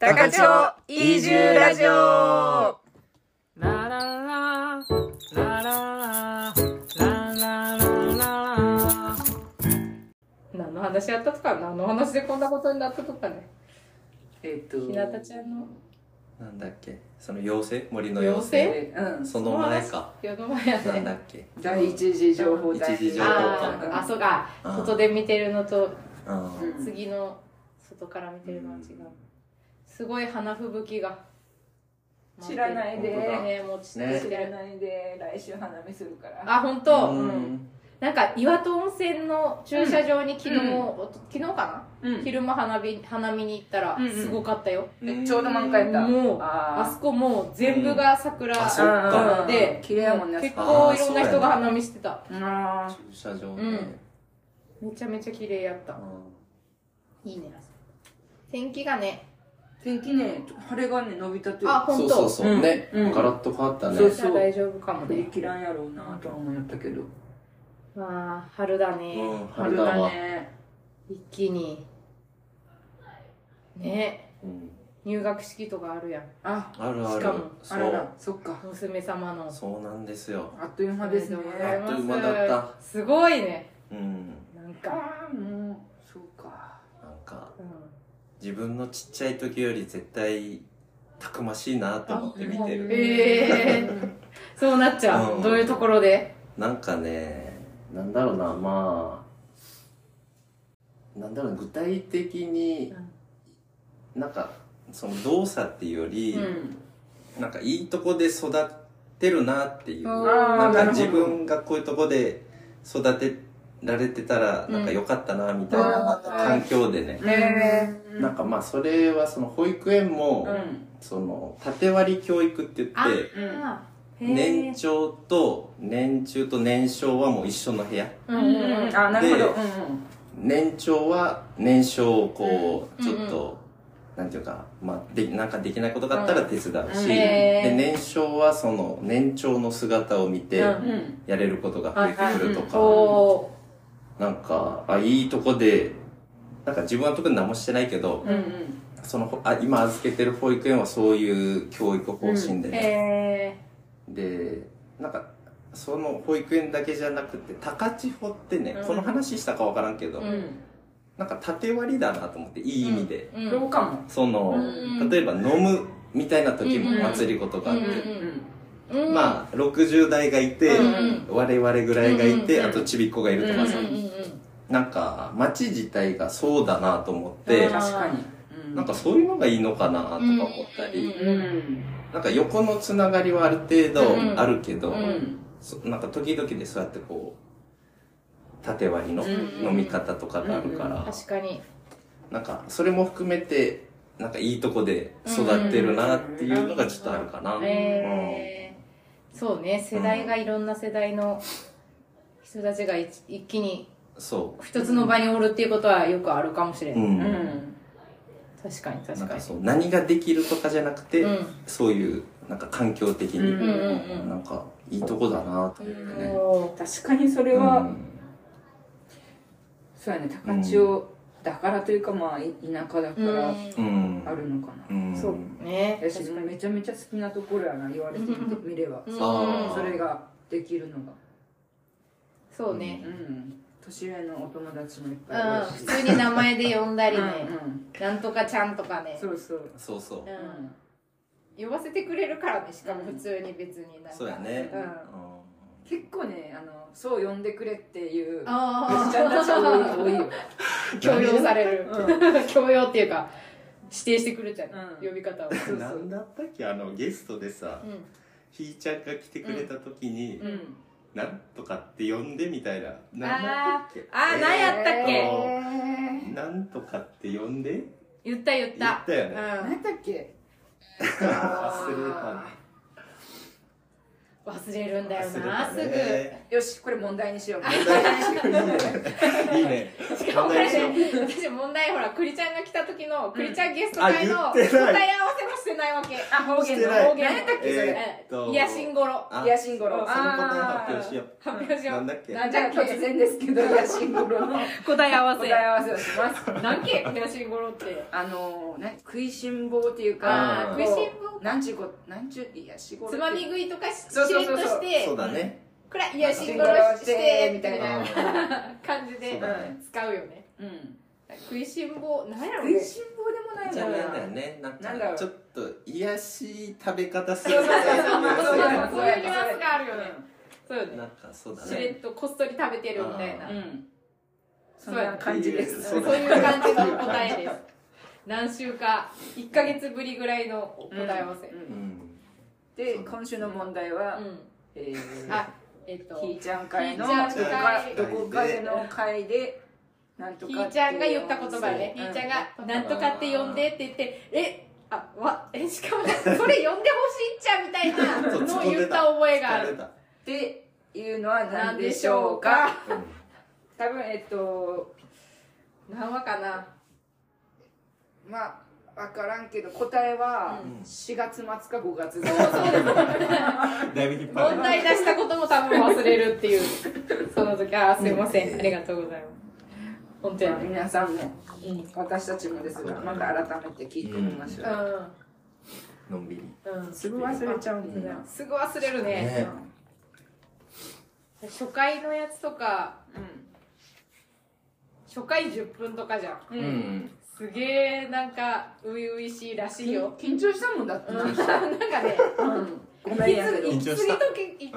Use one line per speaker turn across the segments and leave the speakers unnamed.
高千穂移住ラジオ
ラララララララララ
何の話やったとか何の話でこんなことになったとかね
えっと
ひなたちゃんの
なんだっけその妖精森の
妖
妖精
精
えう
その前か
世の前や
なんだ
ね
っけ
ん第一次情報
一次情報
あーあそうか
うん
外で見てるのと
あー
うん
次の外から見てるのは違うすごい花吹雪が
知らないいで、
本当だ
ねもう散って
ね
知
知
ら
ら
ない
ないで来週花見するから
あ本当、
う
なんか岩戸温泉の駐車場に昨日、
うん
おと昨日か
う
な、昼間花火花見に行ったら
うんうん
すごかったよ、
えちょうど満開やった
もう
あ
あ
ー
そこもう全部が桜、
うんあそ
うん
うか
うん
で
綺麗やもんね
結
あそこ
構いろんな
あーそうや
人が
ね
花見してた
あ
駐車場
う
ね
んめちゃめちゃ綺麗やったいいね天気がね
ー天気ね晴れがね伸びたという
あ
そ
本
う
当
そうそうね
うん
ガラッと変わったね
そう
じゃあ大丈夫かもね
切らんやろうなとは思ったけど
まあ春だね、
うん
春
春だ
だ
わ
ね
一気にね
うん
入学式とかあるやん
あ
あるあ
し
る
かも
そ
あらら
う
そっか
娘様の
そうなんですよ
あっという間ですね
おめで
あっという間だっ
すごいね
うん
なんか、
あーもうそうか
なんか
う
自分のちっちゃい時より絶対たくましいなと思って見て
ん、
る
ええー、そうなっちゃう、
うん
どういうところで
なんかねなんだろうなまあなんだろう具体的になんかその動作っていうより、
うん
なんかいいとこで育ってるなっていう
あー
なんか
るほど
自分がこういうとこで育てられてたら
うん
なんか良かったなみたいな,、
うん
なんか環境でね、
ねえ
なんかまあそれはその保育園も、
うん
その縦割り教育って言
あ
って
うん
あーへえ
年長と年中と年少はもう一緒の部屋
う
うんん
うん
うん
うん
あなるほど
で
うん
年長は年少をこう、
うん
ちょっと、なんていうか、まあ、でなんかできないことがあったら手伝うし、
うん
へ
で
ー
年少はその年長の姿を見て、
うん
うんうん
やれることが増えてくるとか、
おー
なんかあいいとこでなんか自分は特に何もしてないけど、
うんうん
そのあ今預けてる保育園はそういう教育方針で、ね
へ
でなんかその保育園だけじゃなくて高千穂ってね、
うん
この話したかわからんけど、
う
うん
なんか縦割りだなと思ってい
え
い意味で、
うん
そうかも
その、
うん
例えば飲むみたいな時も
うん
祭りことがあって、
う
うん
んうん
うん
まあ60代がいて、
うん
我々ぐらいがいて、
うん
あとちびっ子がいるとかさ、
うんうんうん
なんか街自体がそうだなと思って、
うん
確かに、う
なんかそういうのがいいのかなとか思ったり、
うん
うん
なんか横のつながりはある程度あるけど、
うん
うん
そなんか時々でそうやってこう縦割りの
うん
飲み方とかがあるから、
うん
確かに
なんかそれも含めてなんかいいとこで育ってるなっていうのがちょっとあるかな。
えーそうね世代がいろんな世代の人たちが一一気に
そ
一つの場におるっていうことはよくあるかもしれ
う、う
ない、
ん
うん
確かに
な
確
ん
か
か
に
そう何ができるとかじゃなくて、
うん
そういうなんか環境的に、
うん
うんうんう
なんんかいいとこだなと思ってね。
おー
確かにそれ
うん
は、そうやね高千穂だからというかまあい田舎だか
うん
ら
うん
あるのかな、
うん
そうね
私もめちゃめちゃ好きなところやな言われてみれば、
あー
それができるのが
そうね、
うん年上のお友達もいっ
う
ぱい
ん、
いるし
普通に名前で呼んだりね、
うん
なんとかちゃんとかね
うん、そうそう、
そうそう
う。
うん
ん、呼ばせてくれるからねしかも普通に別になんか
そうやね。
うん
結構ねあのそう呼んでくれっていうおっ
あ
ちゃんたち
あ
多い多いよ、
強要される
うん、
強要っていうか指定してくれちゃう、
うん
呼び方を
そうそう
なんだったっけあのゲストでさ、
うん
ひーちゃんが来てくれた時に、
うん
なんとかって呼んでみたいな。なんだ
あ
っけ
あー何やったっけ、
えーなんとかって呼んで
言った言っ
言
た
ったよ
う
ね。
何や
ん
ったっけ
忘
忘れるん
れ
だ
た。
よ
忘れ
な、
たね。
よしこれ問題にしよう
いい ね。
すぐしかも
問
こ
題
れね私問題ほら栗ちゃんが来た時の栗ちゃんゲスト会
あ
の
言っ
答え
て
合
ない
わせもしてなないわけ。あ、方
し
言
て
の
ない
方言の。
何やったっけそ
れ
うん
えーっと
いや、シンゴロ。
あ
癒やしんごろ
あ
その答え発表しよ
発表し
う。な
よ
ん
う。
だっけ
じゃあ突然ですけど癒やしんごろの
答え合わ
答
せ
え。合わせをします
何けいや、シンゴロって。
あのー、ね食いしん坊っていう
あ
か
ー
こう
食いしん坊
なんちゅうこなんちゅう癒やしごろ
つまみ
い
食いとかしし
そうそ
れ
う
っ
そうそう
として、
そうだね。
くらい、いや、シンゴロしして、みたい
うん
な
そう
感じで
だね。
使うよね。
うん
食いしん坊、なんやろ
食い
ね。
しん坊でもない
じゃあ
もん
なん
な
だよね。なん
なんだろ
か
う
ちょっと癒やし食べ方する
そうそうそう
そう
そう
そうそういうニ
ニ
ュ
ュ
ア
アン
ンス
ス
が
が
あ
あ
る
る
よ
よ
ね
ね
そうよ ね。
なんかそうだ
しれっ
ね。
とこっそり食べてるみたいな
う。
ん
そ
そ
ん
ん
な
な
感
感
じ
じ
で
ですす
そういう感じの答えです。何週か、1ヶ月ぶりぐらいの答え合わせ。
うん。
で今週の問題は、
うん。
えー
あ、えっと、
ひー
ひ
ちゃん会の
ひ
ど
ー
こ
ちゃん
か
会
どこかでの会でなんとかっていう
ーちゃんが言った言葉ね。ひ
そう
ーちゃんが、なんとかって呼んでって言って、え、あ、わ、え、しかも、それ呼んでほしいっちゃみたいなのを言った覚えがあ
疲 れ
る。
た。
っていうのは
な
何
ん
で
で
し
し
ょ
ょ
う
う
か
か。
うん
多分えっと
何話か な。
まあ分からんけど答えは
うん
4月末か5月
そ うそうです。
だいぶ引っ張る
問。題出したことも多分忘れるっていうその時あーすいませんありがとうございます本当やね
皆さんも
うんうん
私たちもですがまた改めて聞いてみましょう、
のんびり。
うん
すぐ忘れちゃうんだよな、
すぐ忘れるね
ね
初回のやつとか
う
初回10分とかじゃ
う
ん
んん。
すげえなんか初々しいらしいよ、
緊張したもんだって
うん、
な、
なんかね
ごめんやけど
息
緊
継
張
ぎ
した
とき息継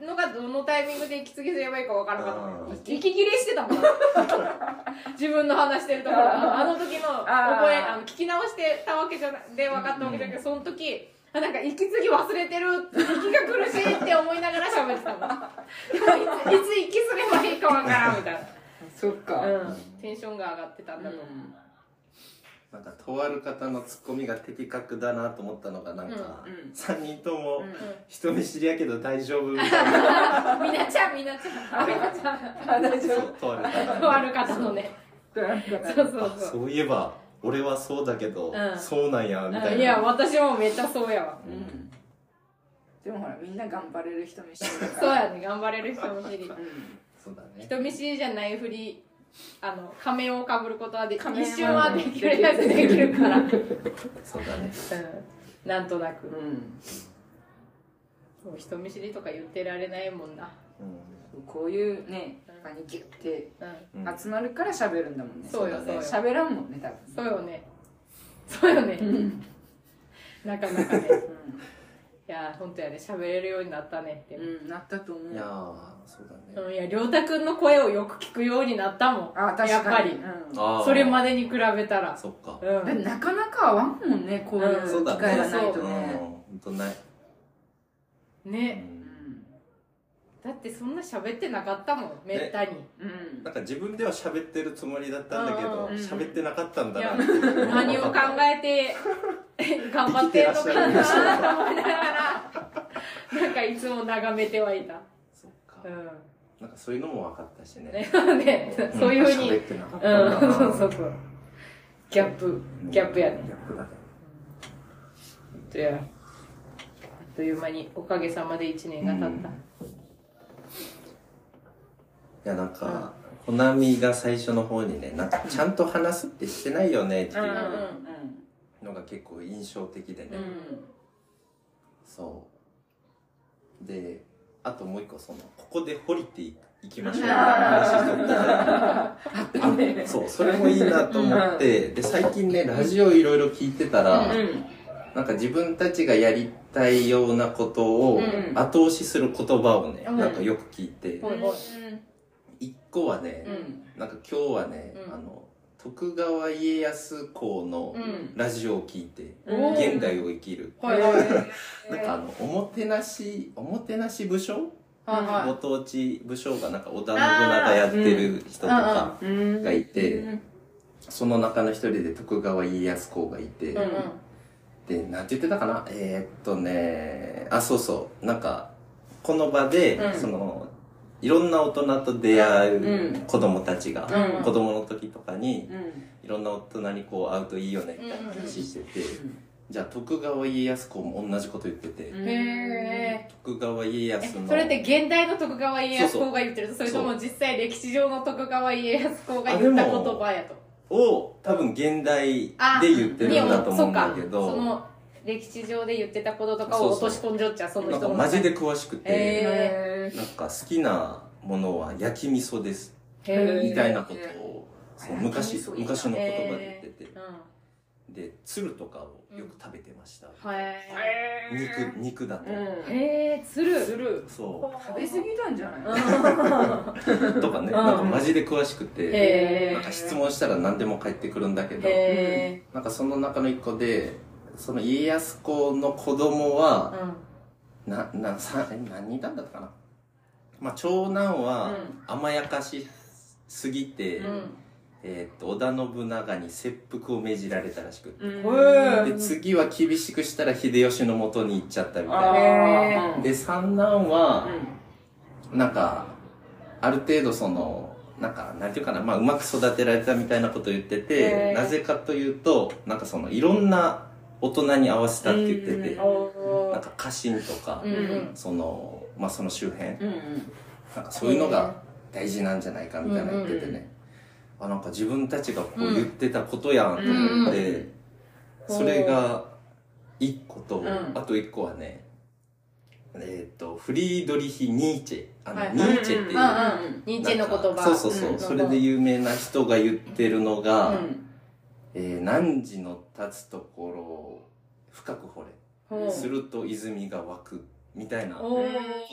ぐのがどのタイミングで息継ぎすればいいかわからなか
う
っ
ん
た息切れしてたも ん自分の話してるところあの時の覚え
あー
あの聞き直してたわけじゃなで分かったわけじゃなくてその時あなんか息継ぎ忘れてる息が苦しいって思いながら喋ってたもんでもいついつ息すればいいかわからんみたい
そっか、
な、うん、テンションが上がってたんだと思う、
なんかとある方のツッコミが的確だなと思ったのがなんか
うんうん
三人とも
うん
人見知りやけど大丈夫みたいな。
みなちゃんみなちゃんみなちゃん
あ大丈
そうとある方
と
の。
ある方のねそうそう
あ
そう
そういえば俺はそうだけど
うん
そうなんやみたいな。
いや私もめっちゃそうやわ
うん
でもほらみんな頑張れる人見知りだから
そうやね頑張れる人見知り
そうだね。
人見知りじゃないふりあの仮面をかぶることはでき
仮面
一
は
瞬はできるやつできるから、うん、
そうだね。
なんとなく
うん、うん
もう人見知りとか言ってられないもんな、
う
こういうね場にギュッて
うん、
ん。
集まるから喋るんだもんね
そうよそ
そ
う
うだ
よ
ね
そう
喋らんもんね多分
よねそうよね、
ん
なかなか ね
う
いや本当やね喋れるようになったねって、
ん、うん、なったと思
いや
う
ーそうだね。
うん、いや亮太くんの声をよく聞くようになったもん
あ確かに
やっぱり
うん
あー
それまでに比べたら
そっか。
う
だって
ん
なかなか合わんもんねこういう
うん
そう
機
だね
会がない
うん
とね
本当ない。う
ね
ん
だってそんな喋ってなかったもんめったに
うん
なんか自分では喋ってるつもりだったんだけ
うん
ど
うんうん
喋ってなかったんだ
いや
なっていう。
何を考え て頑張ってるのかなと思いながらなんかいつも眺めてはいた、
そっか
う。
なんかそういうのも分かったしね。
んねね
ん
そういうふうに、う
喋
ん、
ってなかったな
そうそうそうギャップギャップやね
ギャップだね
とやあっという間におかげさまで1年が経った、
いやなんか、コナミが最初の方にね、なんかちゃんと話すってしてないよねっていう
うん
う
うん
のが結構印象的でね。
う
そう。で、あともう一個その、ここで掘りていきましょうみたいな話しとったじゃんあそう、それもいいなと思って、で、最近ね、ラジオいろいろ聞いてたら、
んうん
なんか自分たちがやりたいようなことを
うん
後押しする言葉をね、
うん
なんかよく聞いて、
うん
一個はね、
うん
なんか今日はね、
うん
あの徳川家康公の
うん
ラジオを聞いて、
うん
おー
現代を生きる、
はいはいはい
なんかあのおもてなしおもてなし武将、
は
ご当地武将がなんか織田信長やってる人とか
うん
がいて、
うん
その中の一人で徳川家康公がいて、
いはい
でなんて言ってたかなえーっとねあそうそうなんかこの場で、
うん
そのいろんな大人と出会
う
うん子供たちが、
うん
子供の時とかに
うん
いろんな大人にこう会うといいよねみたいな話してて、
うん
じゃあ徳川家康公も同じこと言ってて、
うん
へえ
徳川家康の
それって現代の徳川家康公が言ってるとそれとも実際歴史上の徳川家康公が言った言葉やと
を多分現代で言ってるんだと思うんだけ
そ
ど
の歴史上で言ってたこととかを落とし込んじゃっちゃその
なん
人
か
の
マジで詳しくて、
へ
なんか好きなものは焼き味噌です
へえ
みたいなことを、その昔
焼き味噌いいな
昔の言葉で言ってて、
う
で鶴とかをよく食べてました、
んはい
肉肉だと、
うん
へえつる
する
そ
食べ過ぎたんじゃない
うとかねなんかマジで詳しくて、
へえ
なんか質問したら何でも返ってくるんだけど、
へえ
なんかその中の一個でその家康公の子供は、ななさえ何人いたんだったかな、まあ、長男は甘やかしすぎて、
うんうん
えーっと織田信長に切腹を命じられたらしくて、
うん
へ
で次は厳しくしたら秀吉のもとに行っちゃったみたいな
あー
で三男は、なんかある程度そのなんかなんていうかな、まあ、うまく育てられたみたいなこと言って
へ
て
ー
なぜかというとなんかそのいろんな大人に合わせたって言ってて
うん
なんか家臣とか、
うんうん
そのまあその周辺
うんうん
なんかそういうのが大事なんじゃないかみたいな言ってて
うんうん
ね、あなんか自分たちがこう言ってたことやんと思って、
うん
それが一個と、
ん
あと一個はねえっ、とフリードリヒ・ニーチェあの、
はい
ニーチェっていう、
うんうんニーチェの
なんか
言葉
そうそうそう、
うん
それで有名な人が言ってるのが「
うん
えー何時の立つところを深く掘
ほ
れ
う
すると泉が湧く」みたいなこ
おー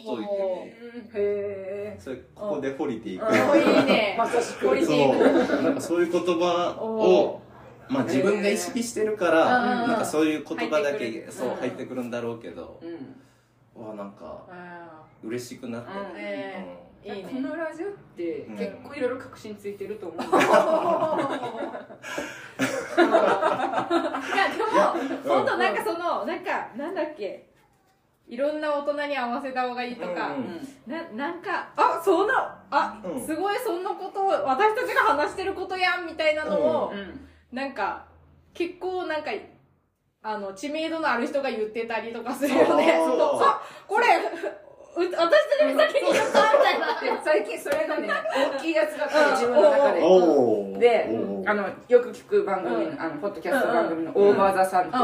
と言ってて
へ
それここで掘りていく
うん
かっこいいね
えまさしく
クオリティ
そうなんかそういう言葉をまあ自分が意識してるから、
うんうんうん
なんかそういう言葉だけ
入ってくる
そう
うん
入ってくるんだろうけど、
うん
うわなんか
あ
嬉しくなって、
うん
ーねえいい
こ
ね
のラジオって
うん
結構いろいろ確信ついてると思う、
いやでも本当なんかそのなんかなんだっけいろんな大人に合わせた方がいいと か、
うんうん
ななんかあそんなあ、
うん
すごいそんなことを私たちが話してることやんみたいなのを、なんか結構なんかあの知名度のある人が言ってたりとかするよね
あー
そうそうこれう私たちの先に言ったみたいな
でも最近それがね大きいやつが来
う
て
ん
自分の中
う
で
ん、おー
で
おー
あのよく聞く番組の、
うん
あのポッドキャスト番組の「オーバー・ザ・さん」っていう、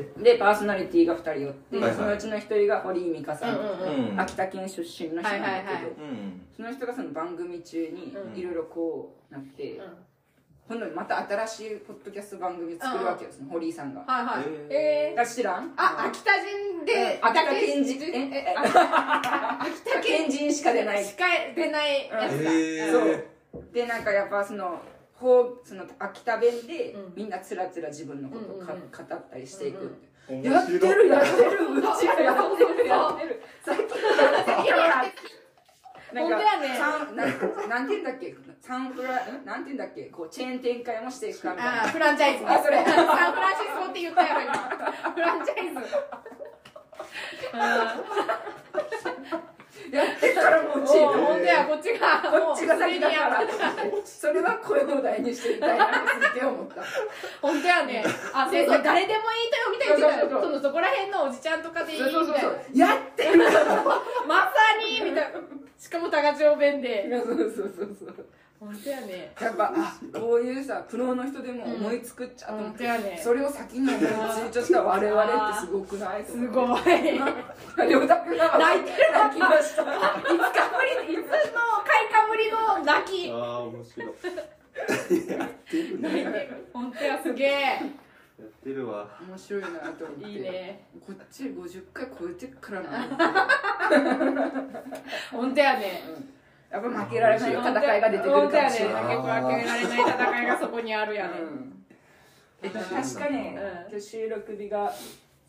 うん
え
うん
でパーソナリティが2人寄って、
はいはい
そのうちの1人が堀井美香さん、
ーうん
秋田県出身の人なんだけど、
はいはいはい
うん
その人がその番組中に
うん
いろいろこうなって、今度また新しいポッドキャスト番組作るわけよ、その堀井さんが。
はいは
え
い
ー
えー
だ知らん
あ、秋田人で、
秋田県
だ
人
け
ええ秋田県人しか出ない
しか出ないやつだ。
えー
そうでなんかやっぱそのほうその秋田弁で、
うん
みんなつらつら自分のことをか、
うんうんうん
語ったりしていく、
うん
面
やって
白い
るやってるうちらやってるや
そ
ってる最近
本
なん
当
か
やね
サンなんなんて言うんだっけサンプラんなんて言うんだっけこうチェーン展開もしていくかみたい
あ
な
ーフランチャイズね
あそれ
サンフランシスコって言ったやろ今フランチャイズ
やってたらもうう
お
ちいる
ーほんとやこっちが
こっちが先だか
もう
ら
ついにや
それは声の題にしていたいなって思った
ほんとやね あ先生誰でもいいとよみたいに言ってたよそのそこら辺のおじちゃんとかでいいみ
そうそうそう
たい
そ
な
うやってる
まさにみたいなしかも高千穂弁で
そうそうそうそう
ほんとやね
やっぱあこういうさプロの人でも思いつくっちゃと
ほ
思
ん
っ
と
て、
やねす
それを先に思いついちゃった我々ってすごくない
ごいいつ
い
の
りょうたくんが
泣いてる
泣きました
かぶりいつの開花ぶりの泣き
あー面白い
泣いてるほんとやすげえ
やってるわ
面白いなと思って
いいね
こっち50回超えてっから なや
ほんとやね
っぱ負けられない戦いが出てくるかもしれ
い
ない、
本当やね負けられない戦いがそこにあるやね、
うんえ確かね、
う
今
ん
日収録日が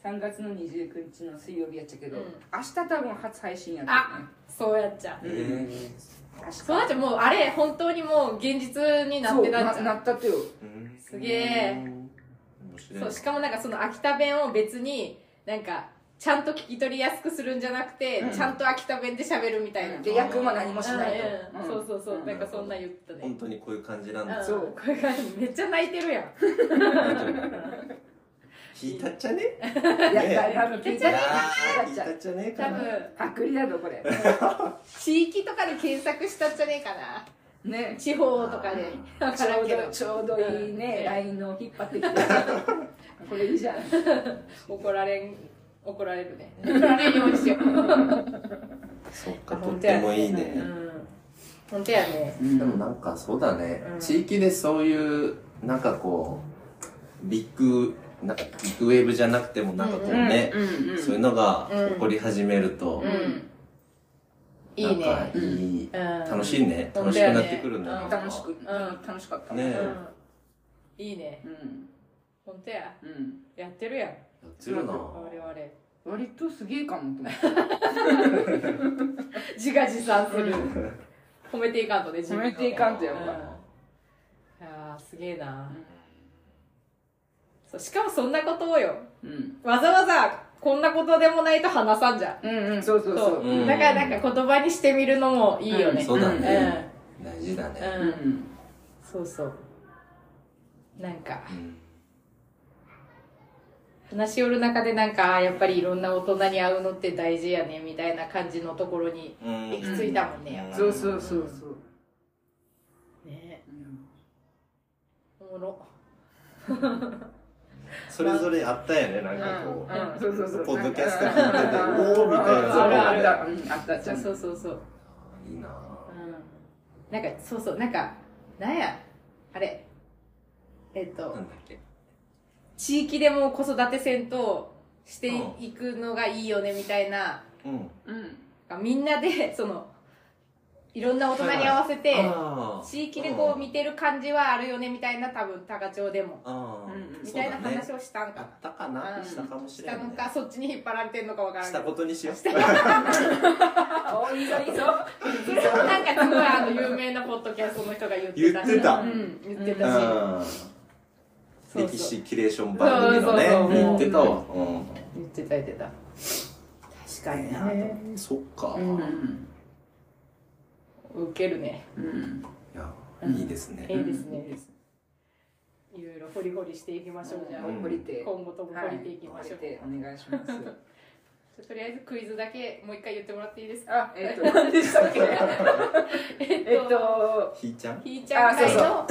3月の29日の水曜日やっちゃけど、
うん
明日多分初配信やったね
そうやっちゃう
え
明日
そうなっちゃうもうあれ本当にもう現実になってたっ
そ
ち
うなな
ゃ
ったとよ
ー
すげえ
面
う
白い
そうしかもなんかその秋田弁を別になんかちゃんと聞き取りやすくするんじゃなくて、
うん
ちゃんと秋田弁で喋るみたいな、
で役も何もしないと、
うんうんそうそうそう、
ん
なんかそんな言ってたね
本、当にこういう感じなん
うん
だ
そう
これがめっちゃ泣いてるやん
泣いてる引いたっちゃね
いや、だいぶ聞い
い
た
や
ね。
ー引いたっちゃね
多
かな
分
パクリだぞ、これ。
地域とかで検索したんじゃねえかな
ね。
地方とかでわ
ち
から
ょ
ん
う
けど
ど、ちょうどいいね、ラインの引っ張ってきて。これいいじゃん。
怒られん怒られるね怒られるようにしよう
そっかとってもいいね、
うん本当やね
でもなんかそうだね、
うん
地域でそういうなんかこうビッグなんかビッグウェーブじゃなくてもなんかこうね、
うんうん
そういうのが
うん
起こり始めると、
うんいい
なん
ね
かいい、
うん
楽しいね、
うん
楽しくなってくるね、
うん
なんか
楽しく、うん、楽しかった。
ね
うんいいね
うん。
本当や
うん。
やってるやん
やってるな
我々
割とすげえかもと思って。
自画自賛する褒めていかんとね自分の
褒めていかんとやっ
う
ぱ
んいやーすげえな
うん
そうしかもそんなことをよ
うん。
わざわざこんなことでもないと話さんじゃん
うんうん、そうそうそ。
そう
うん
うだからなんか言葉にしてみるのもいいよね
そうだね、
う
大事だね、
ん
う
うん
ん。
そうそうなんか
うん
話し寄る中でなんかあーやっぱりいろんな大人に会うのって大事やねみたいな感じのところに
うん
行き着いたもんね、
そうそうそうそう。
ね
うん
おもろ
それぞれあったよねなんかこ
うん、
う、
そうそうそう。
ポッドキャスト聞いてて
なんか
おーみたいな
うんある
あ
あ
る
る
あ
ある。うんあったじ
そ
ゃ。
うんそうそうそう
いいな
うんなんかそうそうなんかなんやあれえっと
なんだっけ
地域でも子育て戦闘していくのがいいよねみたいな、
うん
うん。
みんなでそのいろんな大人に合わせて、
あー
地域でこう見てる感じはあるよねみたいな多分高千穂でも、
あ
うん
ー
みたいな
そうだね
話をしたん
あ
か
ったかな、
うん
したかもし
し
れな
た
い、ね
の。かそっちに引っ張られてんのかわからん
し
け
た
ど
ことにしよう。
おいいぞいいぞ。
それもなんかすごいあの有名なポッドキャストの人が言ってたし
言ってた
うん、言ってたし、
うん。
そ
歴
うそう
史キュレーション番組のね
そうそうそう
言ってたわ。
言ってた言ってた確かにな
うん。そっか。
うん
い
ウケるね
うん。
やいいです
ええ
ね。
ですねいろいろ掘り掘りしていきましょうじゃあ、
うん
降りて。
今後とも掘りていきましょう、
はいお願いします。
じゃあとりあえずクイズだけもう一回言ってもらっていいです
あ、
か
えっと、何でしたっ けえっと、
ひーちゃん。
ひーちゃ
あ
ん
そう
会
そう
の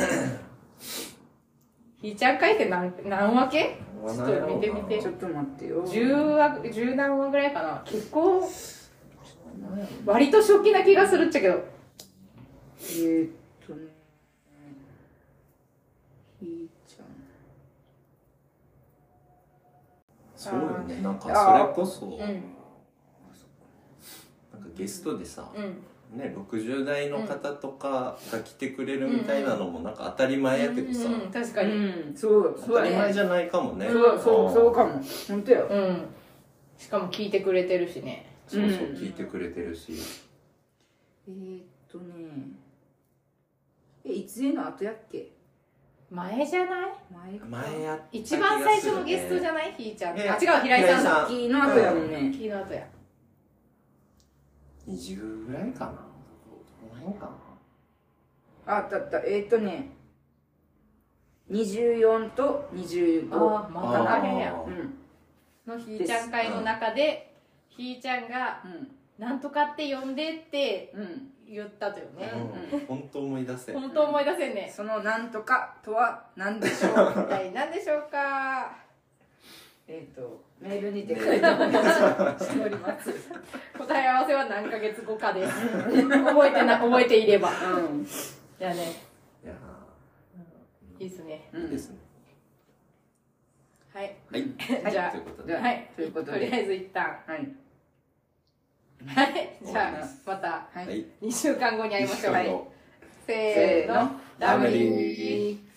ひーちゃん会って何何分けちょっと見てみて
ちょっと待ってよ。
十話十何話ぐらいかな結構割と初期な気がするっちゃけど
えーっとね、ひーちゃ
そうよね。なんか
あー
それこそ
う
なんか
ん
ゲストでさ、
うん
ね60代の方とかが来てくれるみたいなのもなんか当たり前やけどさ、
うん確か
ん。
に
うん、そう、そ
当
う
たり
や
前
ね。
じゃないかもね。
そう、そう、そうか
も。
も。本当よ。
うんしかも聞いてくれてるしね
そうそう
うん
聞いてくれてるし。
えーっとね、え、いつへの後やっけ
前じゃない
前か。
前やった気がす
一
るね
番最初のゲストじゃないひーちゃんあ
ね
違う平井さんだ
さ
秋の後やもんね。
ひーの後や
20ぐらいかなどの辺かな
あ、だった、えーっとね、24と25。
あまた
あ
大変や
ー
うん、
のひーちゃん会の中でひーちゃんが
う
「なんとかって呼んで」って
ん、うん。
言ったとよね
うん本当思い出せ
本当思い出せんね
そのなんとかとは何でしょう
一体何でしょうか
えっと、メールにて書いてお願いしております。
答え合わせは何ヶ月後かです覚えてな覚えていれば
うん。
じゃあね
いや
いいっすね
ーいいですね
はい
はい
はい じゃあ
ということ
じ
で
ゃあ
はい
ということ
と
で
りあえず一旦
はい。
はいじゃあまた
は。
はいい
2週間後に会いましょう
一緒の
せーの
ラ
ラ
ブ
ブ
リ
リ
ー
ー